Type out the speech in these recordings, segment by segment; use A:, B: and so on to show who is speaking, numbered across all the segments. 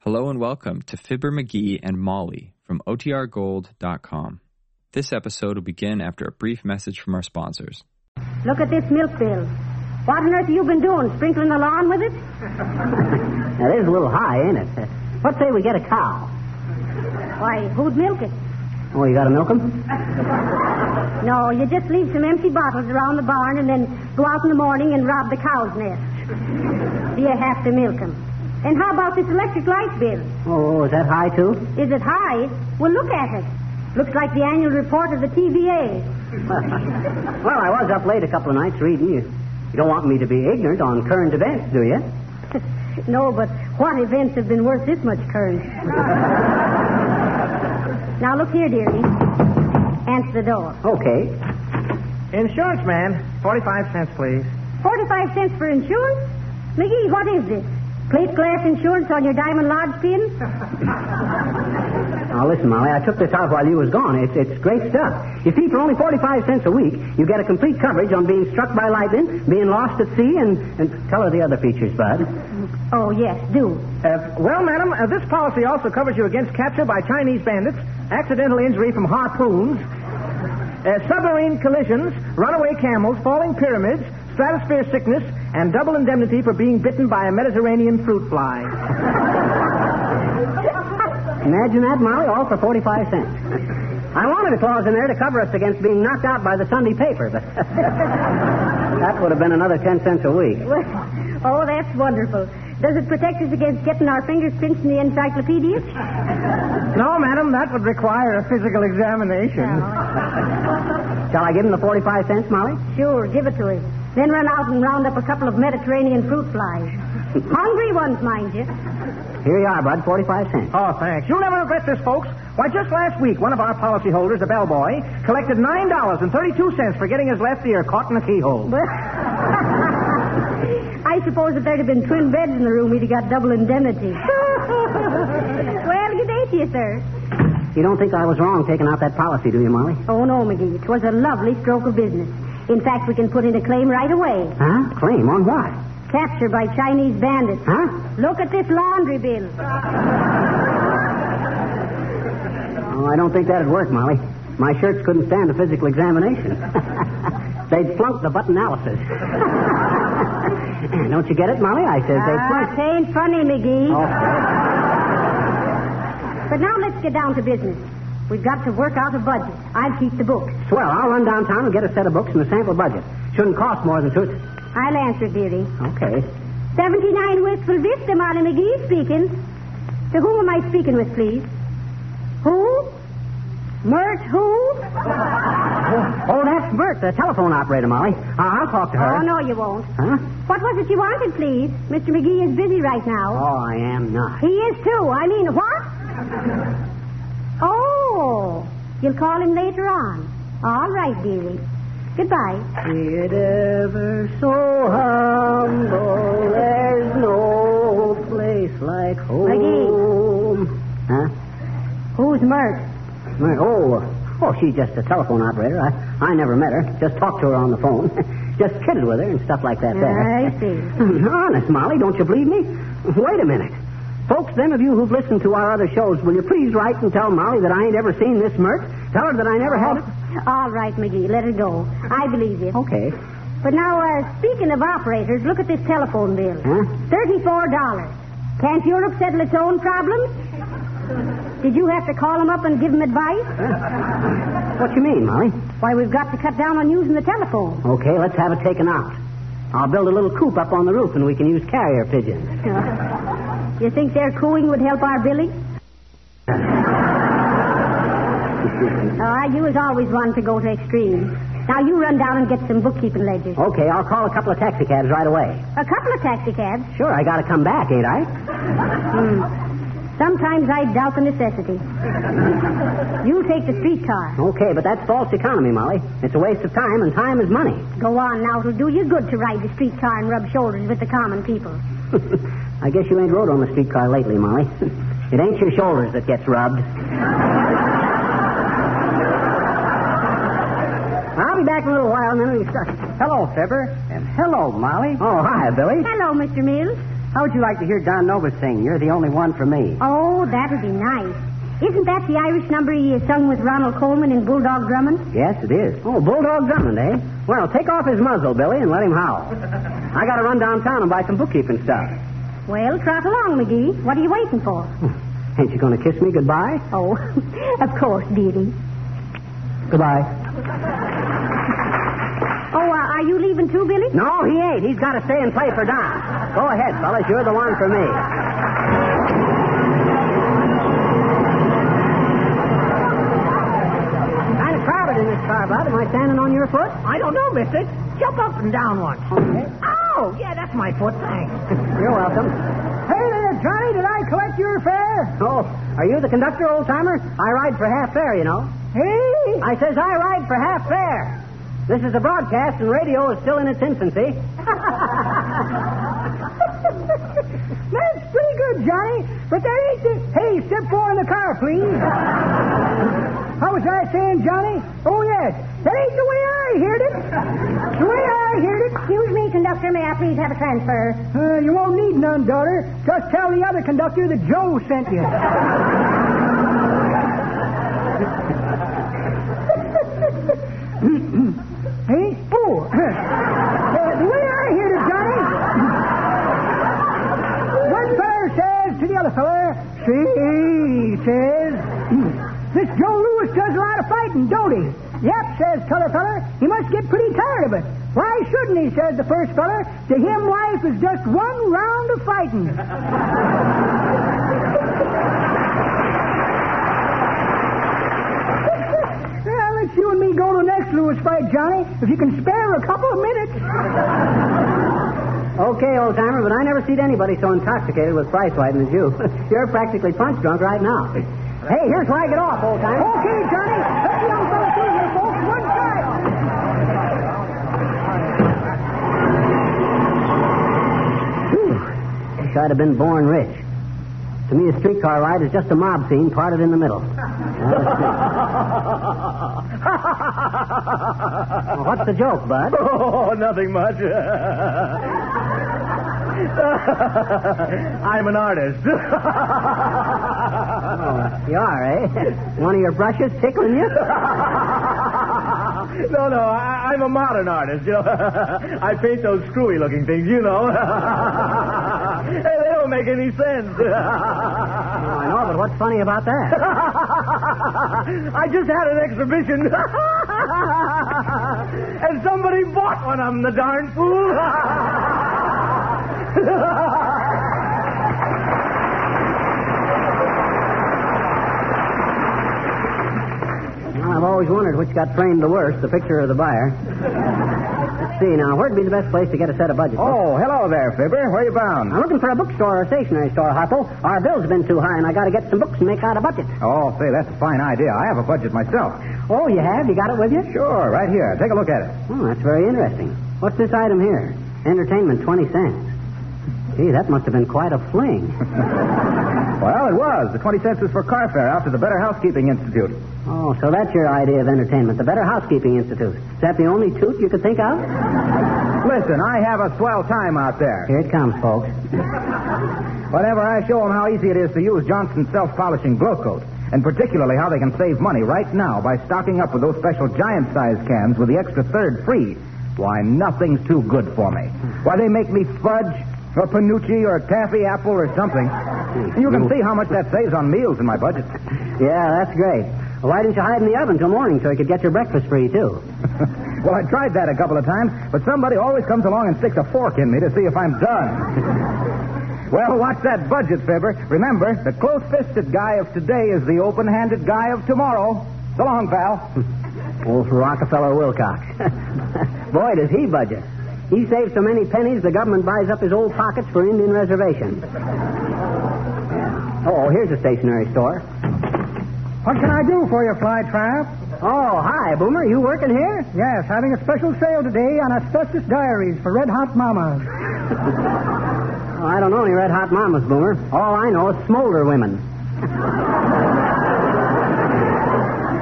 A: Hello and welcome to Fibber McGee and Molly from OTRGold.com. This episode will begin after a brief message from our sponsors.
B: Look at this milk bill. What on earth have you been doing? Sprinkling the lawn with it?
C: Now, there's a little high, ain't it? Uh, What say we get a cow?
B: Why, who'd milk it?
C: Oh, you gotta milk 'em?
B: No, you just leave some empty bottles around the barn and then go out in the morning and rob the cow's nest. you have to milk 'em. And how about this electric light bill?
C: Oh, is that high, too?
B: Is it high? Well, look at it. Looks like the annual report of the TVA.
C: Well, I was up late a couple of nights reading you. You don't want me to be ignorant on current events, do you?
B: no, but what events have been worth this much currency? now, look here, dearie. Answer the door.
C: Okay.
D: Insurance man, 45 cents, please.
B: 45 cents for insurance? McGee, what is this? Plate glass insurance on your Diamond Lodge pin?
C: Now, listen, Molly, I took this out while you was gone. It's, it's great stuff. You see, for only 45 cents a week, you get a complete coverage on being struck by lightning, being lost at sea, and, and tell her the other features, Bud.
B: Oh, yes, do.
D: Uh, well, madam, uh, this policy also covers you against capture by Chinese bandits, accidental injury from harpoons, uh, submarine collisions, runaway camels, falling pyramids, stratosphere sickness, and double indemnity for being bitten by a Mediterranean fruit fly.
C: Imagine that, Molly, all for 45 cents. I wanted a clause in there to cover us against being knocked out by the Sunday paper, but that would have been another 10 cents a week.
B: Well, oh, that's wonderful. Does it protect us against getting our fingers pinched in the encyclopedia?
D: No, madam, that would require a physical examination.
C: Shall I give him the 45 cents, Molly?
B: Sure, give it to him. Then run out and round up a couple of Mediterranean fruit flies. Hungry ones, mind you.
C: Here you are, bud, 45 cents.
D: Oh, thanks. You'll never regret this, folks. Why, just last week, one of our policyholders, a bellboy, collected $9.32 for getting his left ear caught in a keyhole.
B: Well, I suppose if there'd have been twin beds in the room, we'd have got double indemnity. well, good day to you, sir.
C: You don't think I was wrong taking out that policy, do you, Molly?
B: Oh, no, McGee. It was a lovely stroke of business. In fact, we can put in a claim right away.
C: Huh? Claim on what?
B: Capture by Chinese bandits.
C: Huh?
B: Look at this laundry bill.
C: Oh, I don't think that'd work, Molly. My shirts couldn't stand a physical examination. they'd flunk the butt analysis. don't you get it, Molly? I says they'd
B: Ah,
C: flunk.
B: it ain't funny, McGee.
C: Oh,
B: But now let's get down to business. We've got to work out a budget. I'll keep the books.
C: swell. I'll run downtown and get a set of books and a sample budget. Shouldn't cost more than two.
B: I'll answer, dearie.
C: Okay.
B: 79 Wistful Vista, Molly McGee speaking. To whom am I speaking with, please? Who? Mert who?
C: Oh, that's Bert, the telephone operator, Molly. I- I'll talk to her.
B: Oh, no, you won't.
C: Huh?
B: What was it you wanted, please? Mr. McGee is busy right now.
C: Oh, I am not.
B: He is too. I mean, what? Oh, you'll call him later on. All right, dearie. Goodbye.
C: It ever so humble, there's no place like home.
B: McGee.
C: Huh?
B: Who's Mert?
C: My- oh, oh, she's just a telephone operator. I, I never met her. Just talked to her on the phone. just kidded with her and stuff like that there.
B: I see.
C: Hmm, Honest, Molly, don't you believe me? Wait a minute. Folks, them of you who've listened to our other shows, will you please write and tell Molly that I ain't ever seen this Mert? Tell her that I never had it.
B: All right, McGee. Let her go. I believe you.
C: Okay.
B: But now, uh, speaking of operators, look at this telephone bill.
C: Huh?
B: Thirty-four dollars. Can't Europe settle its own problems? Did you have to call them up and give them advice?
C: What you mean, Molly?
B: Why, we've got to cut down on using the telephone.
C: Okay, let's have it taken out. I'll build a little coop up on the roof and we can use carrier pigeons.
B: you think their cooing would help our Billy? Ah, you was always one to go to extremes. Now you run down and get some bookkeeping ledgers.
C: Okay, I'll call a couple of taxicabs right away.
B: A couple of taxicabs.
C: Sure, I gotta come back, ain't I?
B: Hmm. Sometimes I doubt the necessity. you take the streetcar.
C: Okay, but that's false economy, Molly. It's a waste of time, and time is money.
B: Go on now, it'll do you good to ride the streetcar and rub shoulders with the common people.
C: I guess you ain't rode on the streetcar lately, Molly. it ain't your shoulders that gets rubbed. I'll be back in a little while, and then we'll start.
D: Hello, Fibber. And hello, Molly.
C: Oh, hi, Billy.
B: Hello, Mr. Mills.
C: How would you like to hear Don Nova sing? You're the only one for me.
B: Oh, that'd be nice. Isn't that the Irish number he uh, sung with Ronald Coleman and Bulldog Drummond?
C: Yes, it is. Oh, Bulldog Drummond, eh? Well, take off his muzzle, Billy, and let him howl. I gotta run downtown and buy some bookkeeping stuff.
B: Well, trot along, McGee. What are you waiting for?
C: Ain't you gonna kiss me goodbye?
B: Oh, of course, dearie.
C: Goodbye.
B: Oh, uh, are you leaving too, Billy?
C: No, he ain't. He's gotta stay and play for Don. Go ahead, fellas. You're the one for me. Kind of crowded in this car, Bud. Am I standing on your foot?
E: I don't know, mister. Jump up and down once.
C: Okay.
E: Ow! Yeah, that's my foot. Thanks.
C: You're welcome.
D: Hey there, Johnny, did I collect your fare?
C: Oh, are you the conductor, old timer? I ride for half fare, you know.
D: Hey?
C: I says I ride for half fare. This is a broadcast, and radio is still in its infancy.
D: That's pretty good, Johnny. But there ain't the... Hey, step four in the car, please. How was I saying, Johnny? Oh, yes. That ain't the way I heard it. The way I heard it.
B: Excuse me, conductor. May I please have a transfer?
D: Uh, you won't need none, daughter. Just tell the other conductor that Joe sent you. hey? Oh. Uh, the way I heard it, Johnny. One feller says to the other feller, see, he says, "Hmm, this Joe Lewis does a lot of fighting, don't he? Yep, says t'other feller. He must get pretty tired of it. Why shouldn't he, says the first feller. To him, life is just one round of fighting. well, let's you and me go to the next Lewis fight, Johnny, if you can spare a couple of minutes.
C: Okay, old timer, but I never seen anybody so intoxicated with price fighting as you. You're practically punch drunk right now. Hey, here's where I get off, old timer.
D: Okay, Johnny. Let the young fella through here, folks. One side.
C: Whew. Wish I'd have been born rich. To me, a streetcar ride is just a mob scene parted in the middle. Well, what's the joke, Bud?
F: Oh, nothing much. I'm an artist.
C: Oh, You are, eh? One of your brushes tickling you? Oh,
F: no, no, Oh, I, I'm a modern artist. You know, I paint those screwy-looking things. You know, hey, they don't make any sense.
C: Oh, I know, but what's funny about that?
F: I just had an exhibition. and somebody bought one of them, the darn fool.
C: Well, I've always wondered which got framed the worst, the picture or the buyer. Let's see now, where'd be the best place to get a set of budget books?
F: oh, hello there, Fibber. Where you bound?
C: I'm looking for a bookstore or a stationery store, Harpo. Our bills have been too high, and I gotta get some books and make out a budget.
F: Oh, say, that's a fine idea. I have a budget myself.
C: Oh, you have? You got it with you?
F: Sure, right here. Take a look at it.
C: Oh, that's very interesting. What's this item here? Entertainment, 20 cents. Gee, that must have been quite a fling.
F: Well, it was. The 20 cents was for car fare out to the Better Housekeeping Institute.
C: Oh, so that's your idea of entertainment, the Better Housekeeping Institute. Is that the only toot you could think of?
F: Listen, I have a swell time out there.
C: Here it comes, folks.
F: Whenever I show them how easy it is to use Johnson's self-polishing glow coat, and particularly how they can save money right now by stocking up with those special giant-sized cans with the extra third free, why, nothing's too good for me. Why, they make me fudge or panucci or taffy apple or something. You can see how much that saves on meals in my budget.
C: Yeah, that's great. Well, why didn't you hide in the oven till morning so you could get your breakfast free, too?
F: well, I tried that a couple of times, but somebody always comes along and sticks a fork in me to see if I'm done. well, watch that budget, Fibber. Remember, the close-fisted guy of today is the open-handed guy of tomorrow. So long, pal.
C: Old Rockefeller Wilcox. Boy, does he budget. He saves so many pennies, the government buys up his old pockets for Indian reservations. Yeah. Oh, here's a stationery store.
D: What can I do for you, Fly Trap?
C: Oh, hi, Boomer. You working here?
D: Yes, having a special sale today on asbestos diaries for Red Hot Mamas.
C: Oh, I don't know any red hot mamas, Boomer. All I know is smolder women.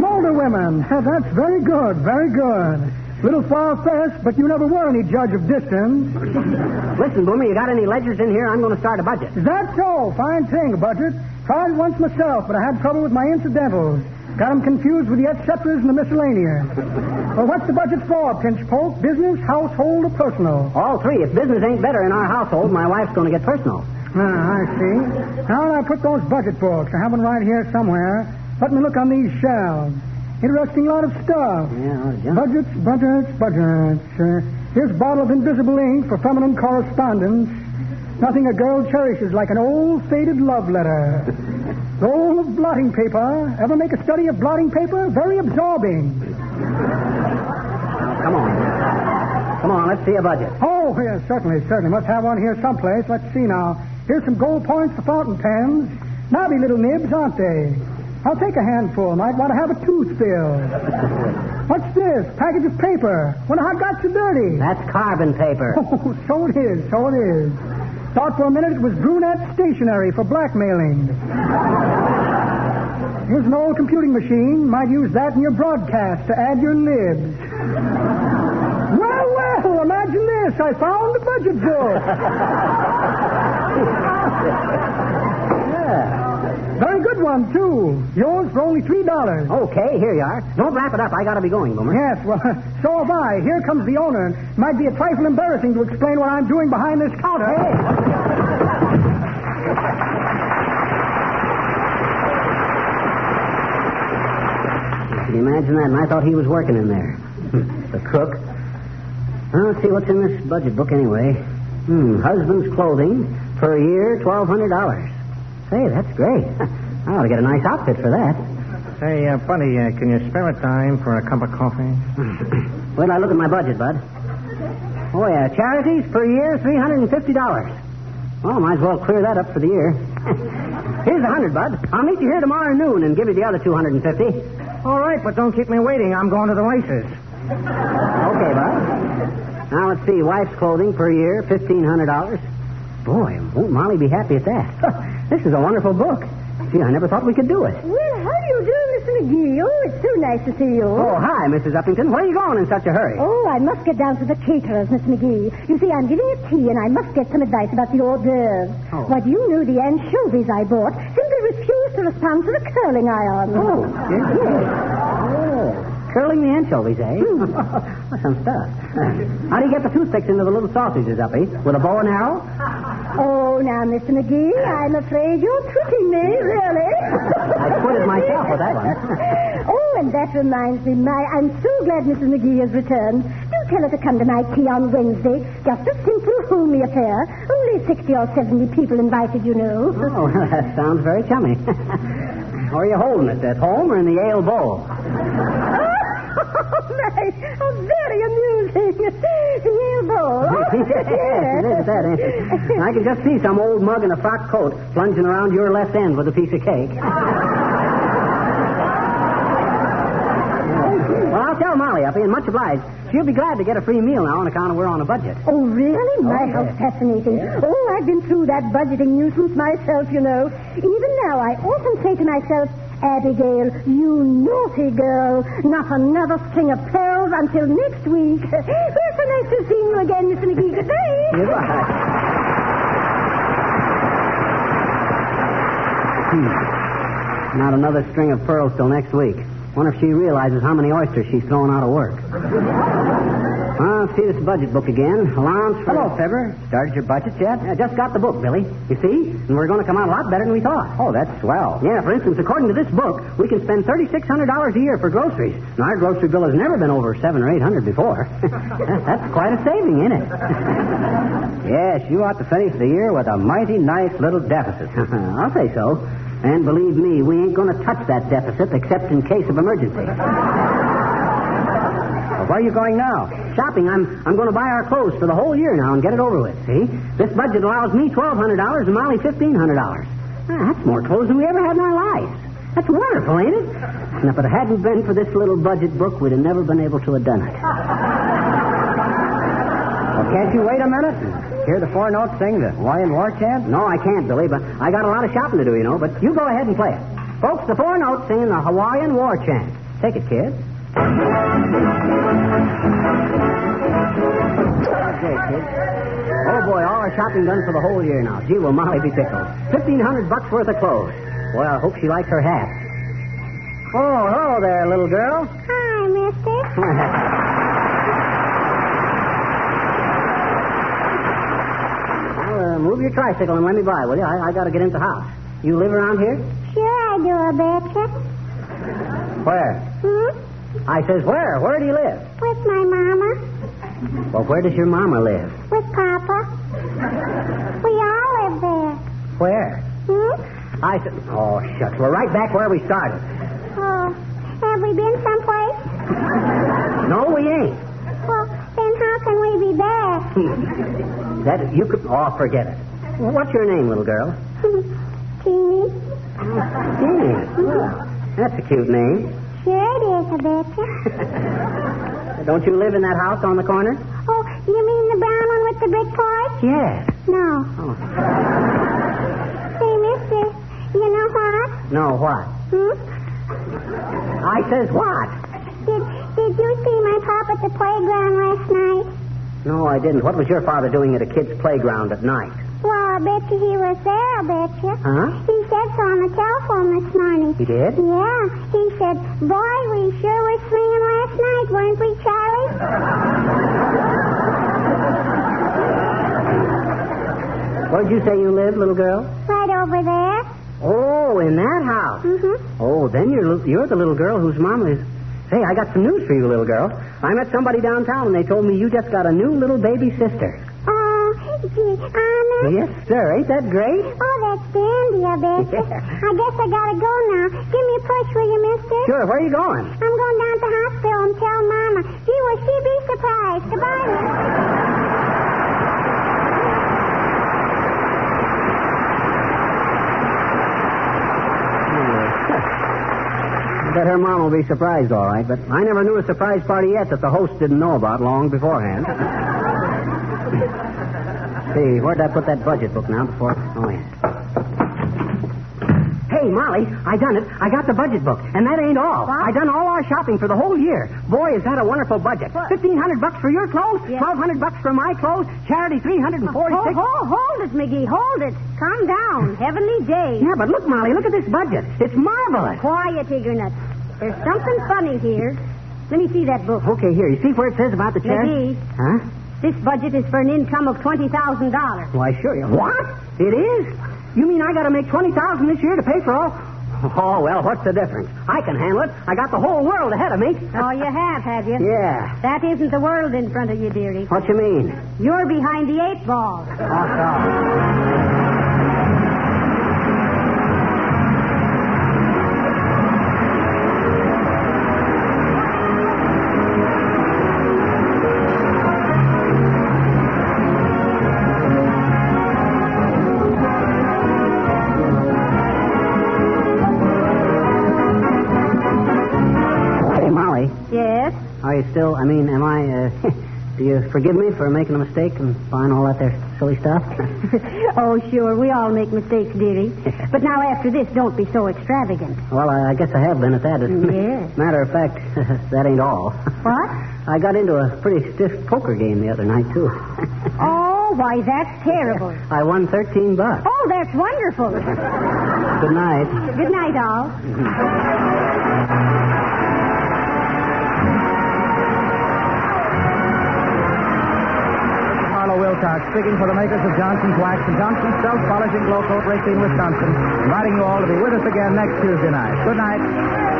D: Molder women. That's very good, very good. Little far-fetched, but you never were any judge of distance.
C: Listen, Boomer, you got any ledgers in here? I'm going to start a budget.
D: That's so. Fine thing, budget. Tried it once myself, but I had trouble with my incidentals. Got 'em confused with the etceteras and the miscellaneous. well, what's the budget for, Pinchpoke? Business, household, or personal?
C: All three. If business ain't better in our household, my wife's going to get personal.
D: Ah, I see. Now I put those budget books. I have 'em right here somewhere. Let me look on these shelves. Interesting lot of stuff.
C: Yeah, John.
D: Budgets, budgets, budgets. Uh, here's a bottle of invisible ink for feminine correspondence. Nothing a girl cherishes like an old faded love letter. Roll of blotting paper. Ever make a study of blotting paper? Very absorbing.
C: Come on. Come on, let's see a budget.
D: Oh, yes, certainly, certainly. Must have one here someplace. Let's see now. Here's some gold points for fountain pens. Knobby little nibs, aren't they? I'll take a handful. Might want to have a tooth filled. What's this? Package of paper. Wonder how it got so dirty.
C: That's carbon paper.
D: Oh, so it is, so it is. Thought for a minute it was brunette stationery for blackmailing. Here's an old computing machine. Might use that in your broadcast to add your nibs. Well, well, imagine this. I found the budget book.
C: Yeah.
D: Very good one, too. Yours for only $3.
C: Okay, here you are. Don't wrap it up. I got to be going, Boomer.
D: Yes, well, so have I. Here comes the owner. Might be a trifle embarrassing to explain what I'm doing behind this counter.
C: Can you imagine that? And I thought he was working in there. the cook. Well, let's see what's in this budget book anyway. Hmm, husband's clothing per year, twelve hundred dollars. Say, that's great. I ought to get a nice outfit for that.
G: Hey, uh, buddy, uh, can you spare a dime for a cup of coffee?
C: Wait till I look at my budget, bud. Oh yeah, charities per year, three hundred and fifty dollars. Well, might as well clear that up for the year. Here's a hundred, bud. I'll meet you here tomorrow noon and give you the other two hundred and fifty.
G: All right, but don't keep me waiting. I'm going to the races.
C: Okay, Bob. Now let's see. Wife's clothing per year, fifteen hundred dollars. Boy, won't Molly be happy at that? this is a wonderful book. Gee, I never thought we could do it.
B: Well, how do you do, Mr. McGee? Oh, it's so nice to see you.
C: Oh, hi, Mrs. Uppington. Where are you going in such a hurry?
B: Oh, I must get down to the caterers, Miss McGee. You see, I'm giving a tea, and I must get some advice about the hors d'oeuvres.
C: Oh.
B: But you knew the anchovies I bought simply refused to respond to the curling iron.
C: Oh, yes, yes. Oh, curling the anchovies, eh? Some stuff. How do you get the toothpicks into the little sausages, Uppy? With a bow and arrow?
B: Oh, now, Mr. McGee, I'm afraid you're tricking me, really.
C: I put it myself with that one.
B: oh, and that reminds me, my, I'm so glad Mrs. McGee has returned. Do tell her to come to my tea on Wednesday. Just a simple homey affair. Only 60 or 70 people invited, you know.
C: Oh, that sounds very chummy. Where are you holding it? At home or in the Yale Bowl?
B: Oh, my. Oh, very amusing. Neil Bowl.
C: yes, it is that, ain't it? And I can just see some old mug in a frock coat plunging around your left end with a piece of cake. well, I'll tell Molly, Uppy, and much obliged. She'll be glad to get a free meal now on account of we're on a budget.
B: Oh, really? My,
C: Oh,
B: how
C: yes.
B: fascinating. Oh, I've been through that budgeting nuisance myself, you know. Even now, I often say to myself, Abigail, you naughty girl, not another string of pearls until next week. Well, so nice to have seen you again, Mr. McGee. Good day.
C: Goodbye. Hmm. Not another string of pearls till next week. Wonder if she realizes how many oysters she's throwing out of work. Well, let's Ah, see this budget book again. Allowance for... Hello, Fibber. Started your budget yet? I just got the book, Billy. You see? And we're going to come out a lot better than we thought. Oh, that's swell. Yeah, for instance, according to this book, we can spend $3,600 a year for groceries. And our grocery bill has never been over seven or 800 before. that's quite a saving, isn't it? Yes, you ought to finish the year with a mighty nice little deficit. I'll say so. And believe me, we ain't going to touch that deficit except in case of emergency. Well, Where are you going now? Shopping. I'm I'm going to buy our clothes for the whole year now and get it over with. See, this budget allows me twelve hundred dollars and Molly fifteen hundred dollars. Ah, That's more clothes than we ever had in our lives. That's wonderful, ain't it? And if it hadn't been for this little budget book, we'd have never been able to have done it. Well, can't you wait a minute? and Hear the four notes sing the Why and War chant? No, I can't, Billy, but I got a lot of shopping to do, you know. But you go ahead and play it. Folks, the four notes singing the Hawaiian War chant. Take it, kid. Okay, kid. Oh boy, all our shopping done for the whole year now. Gee, will Molly be tickled. Fifteen hundred bucks worth of clothes. Boy, I hope she likes her hat.
F: Oh, hello there, little girl.
B: Hi, mister.
C: I uh, move your tricycle and let me by, will you? I, I got to get into the house. You live around here?
B: Sure I do, Rebecca.
F: Where?
B: Hmm?
C: I says, where? Where do you live?
B: With my mama.
C: Well, where does your mama live?
B: With papa. We all live there.
C: Where?
B: Hmm?
C: I said, oh, shucks. We're right back where we started.
B: Oh, have we been someplace?
C: No, we ain't.
B: Well, then how can we be there?
C: that you could. Oh, forget it. What's your name, little girl?
B: Teeny?
C: Jeannie. Well, that's a cute name.
B: Sure it is, Rebecca.
C: Don't you live in that house on the corner?
B: Oh, you mean the brown one with the big porch?
C: Yes.
B: No.
C: Oh.
B: Say, mister, you know what?
C: No, what?
B: Hmm?
C: I says what?
B: Did, did you see my pop at the playground last night?
C: No, I didn't. What was your father doing at a kid's playground at night?
B: Well, I bet you he was there, I bet you.
C: Huh?
B: He said so on the telephone this morning.
C: He did?
B: Yeah, he said, boy, we sure were swinging last night, weren't we, Charlie?
C: Where'd you say you live, little girl?
B: Right over there.
C: Oh, in that house.
B: Mm-hmm.
C: Oh, then you're you're the little girl whose mom is. Hey, I got some news for you, little girl. I met somebody downtown, and they told me you just got a new little baby sister.
B: Oh, gee, Anna.
C: Yes, sir. Ain't that great?
B: Oh, that's dandy, I bet you.
C: Yeah.
B: I guess I gotta go now. Give me a push, will you, mister?
C: Sure. Where are you going?
B: I'm going down to the hospital and tell Mama. Gee, will she be surprised? Goodbye, mister.
C: I bet her mom will be surprised, all right. But I never knew a surprise party yet that the host didn't know about long beforehand. See, where'd I put that budget book now? Before, oh yeah. Hey, Molly, I done it. I got the budget book, and that ain't all. I done all our shopping for the whole year. Boy, is that a wonderful budget! Fifteen hundred bucks for your clothes, twelve hundred bucks for my clothes, charity three hundred and forty-six.
B: Oh,
E: hold, hold it, McGee. Hold it. Calm down. Heavenly days.
C: Yeah, but look, Molly, look at this budget. It's marvelous.
E: Quiet, Eagernut. There's something funny here. Let me see that book.
C: Okay, here. You see where it says about the chair?
E: McGee.
C: Huh?
E: This budget is for an income of $20,000.
C: Why, sure. You... What? It is? You mean I got to make twenty thousand this year to pay for all? Oh well, what's the difference? I can handle it. I got the whole world ahead of me.
E: Oh, you have, have you?
C: Yeah.
E: That isn't the world in front of you, dearie.
C: What you mean?
E: You're behind the eight ball.
C: Hey, Molly,
E: Yes?
C: are you still? I mean, am I? Uh, do you forgive me for making a mistake and buying all that there silly stuff?
E: oh, sure. We all make mistakes, dearie. But now, after this, don't be so extravagant.
C: well, I, I guess I have been at that. isn't it?
E: Yes.
C: Matter of fact, that ain't all.
E: What?
C: I got into a pretty stiff poker game the other night too.
E: Oh, why, that's terrible.
C: I won thirteen bucks.
E: Oh, that's wonderful.
C: Good night.
E: Good night, all.
F: Harlow Wilcox speaking for the makers of Johnson's Wax and Johnson's Self Polishing Glow Coat, Racine, Wisconsin, inviting you all to be with us again next Tuesday night. Good night.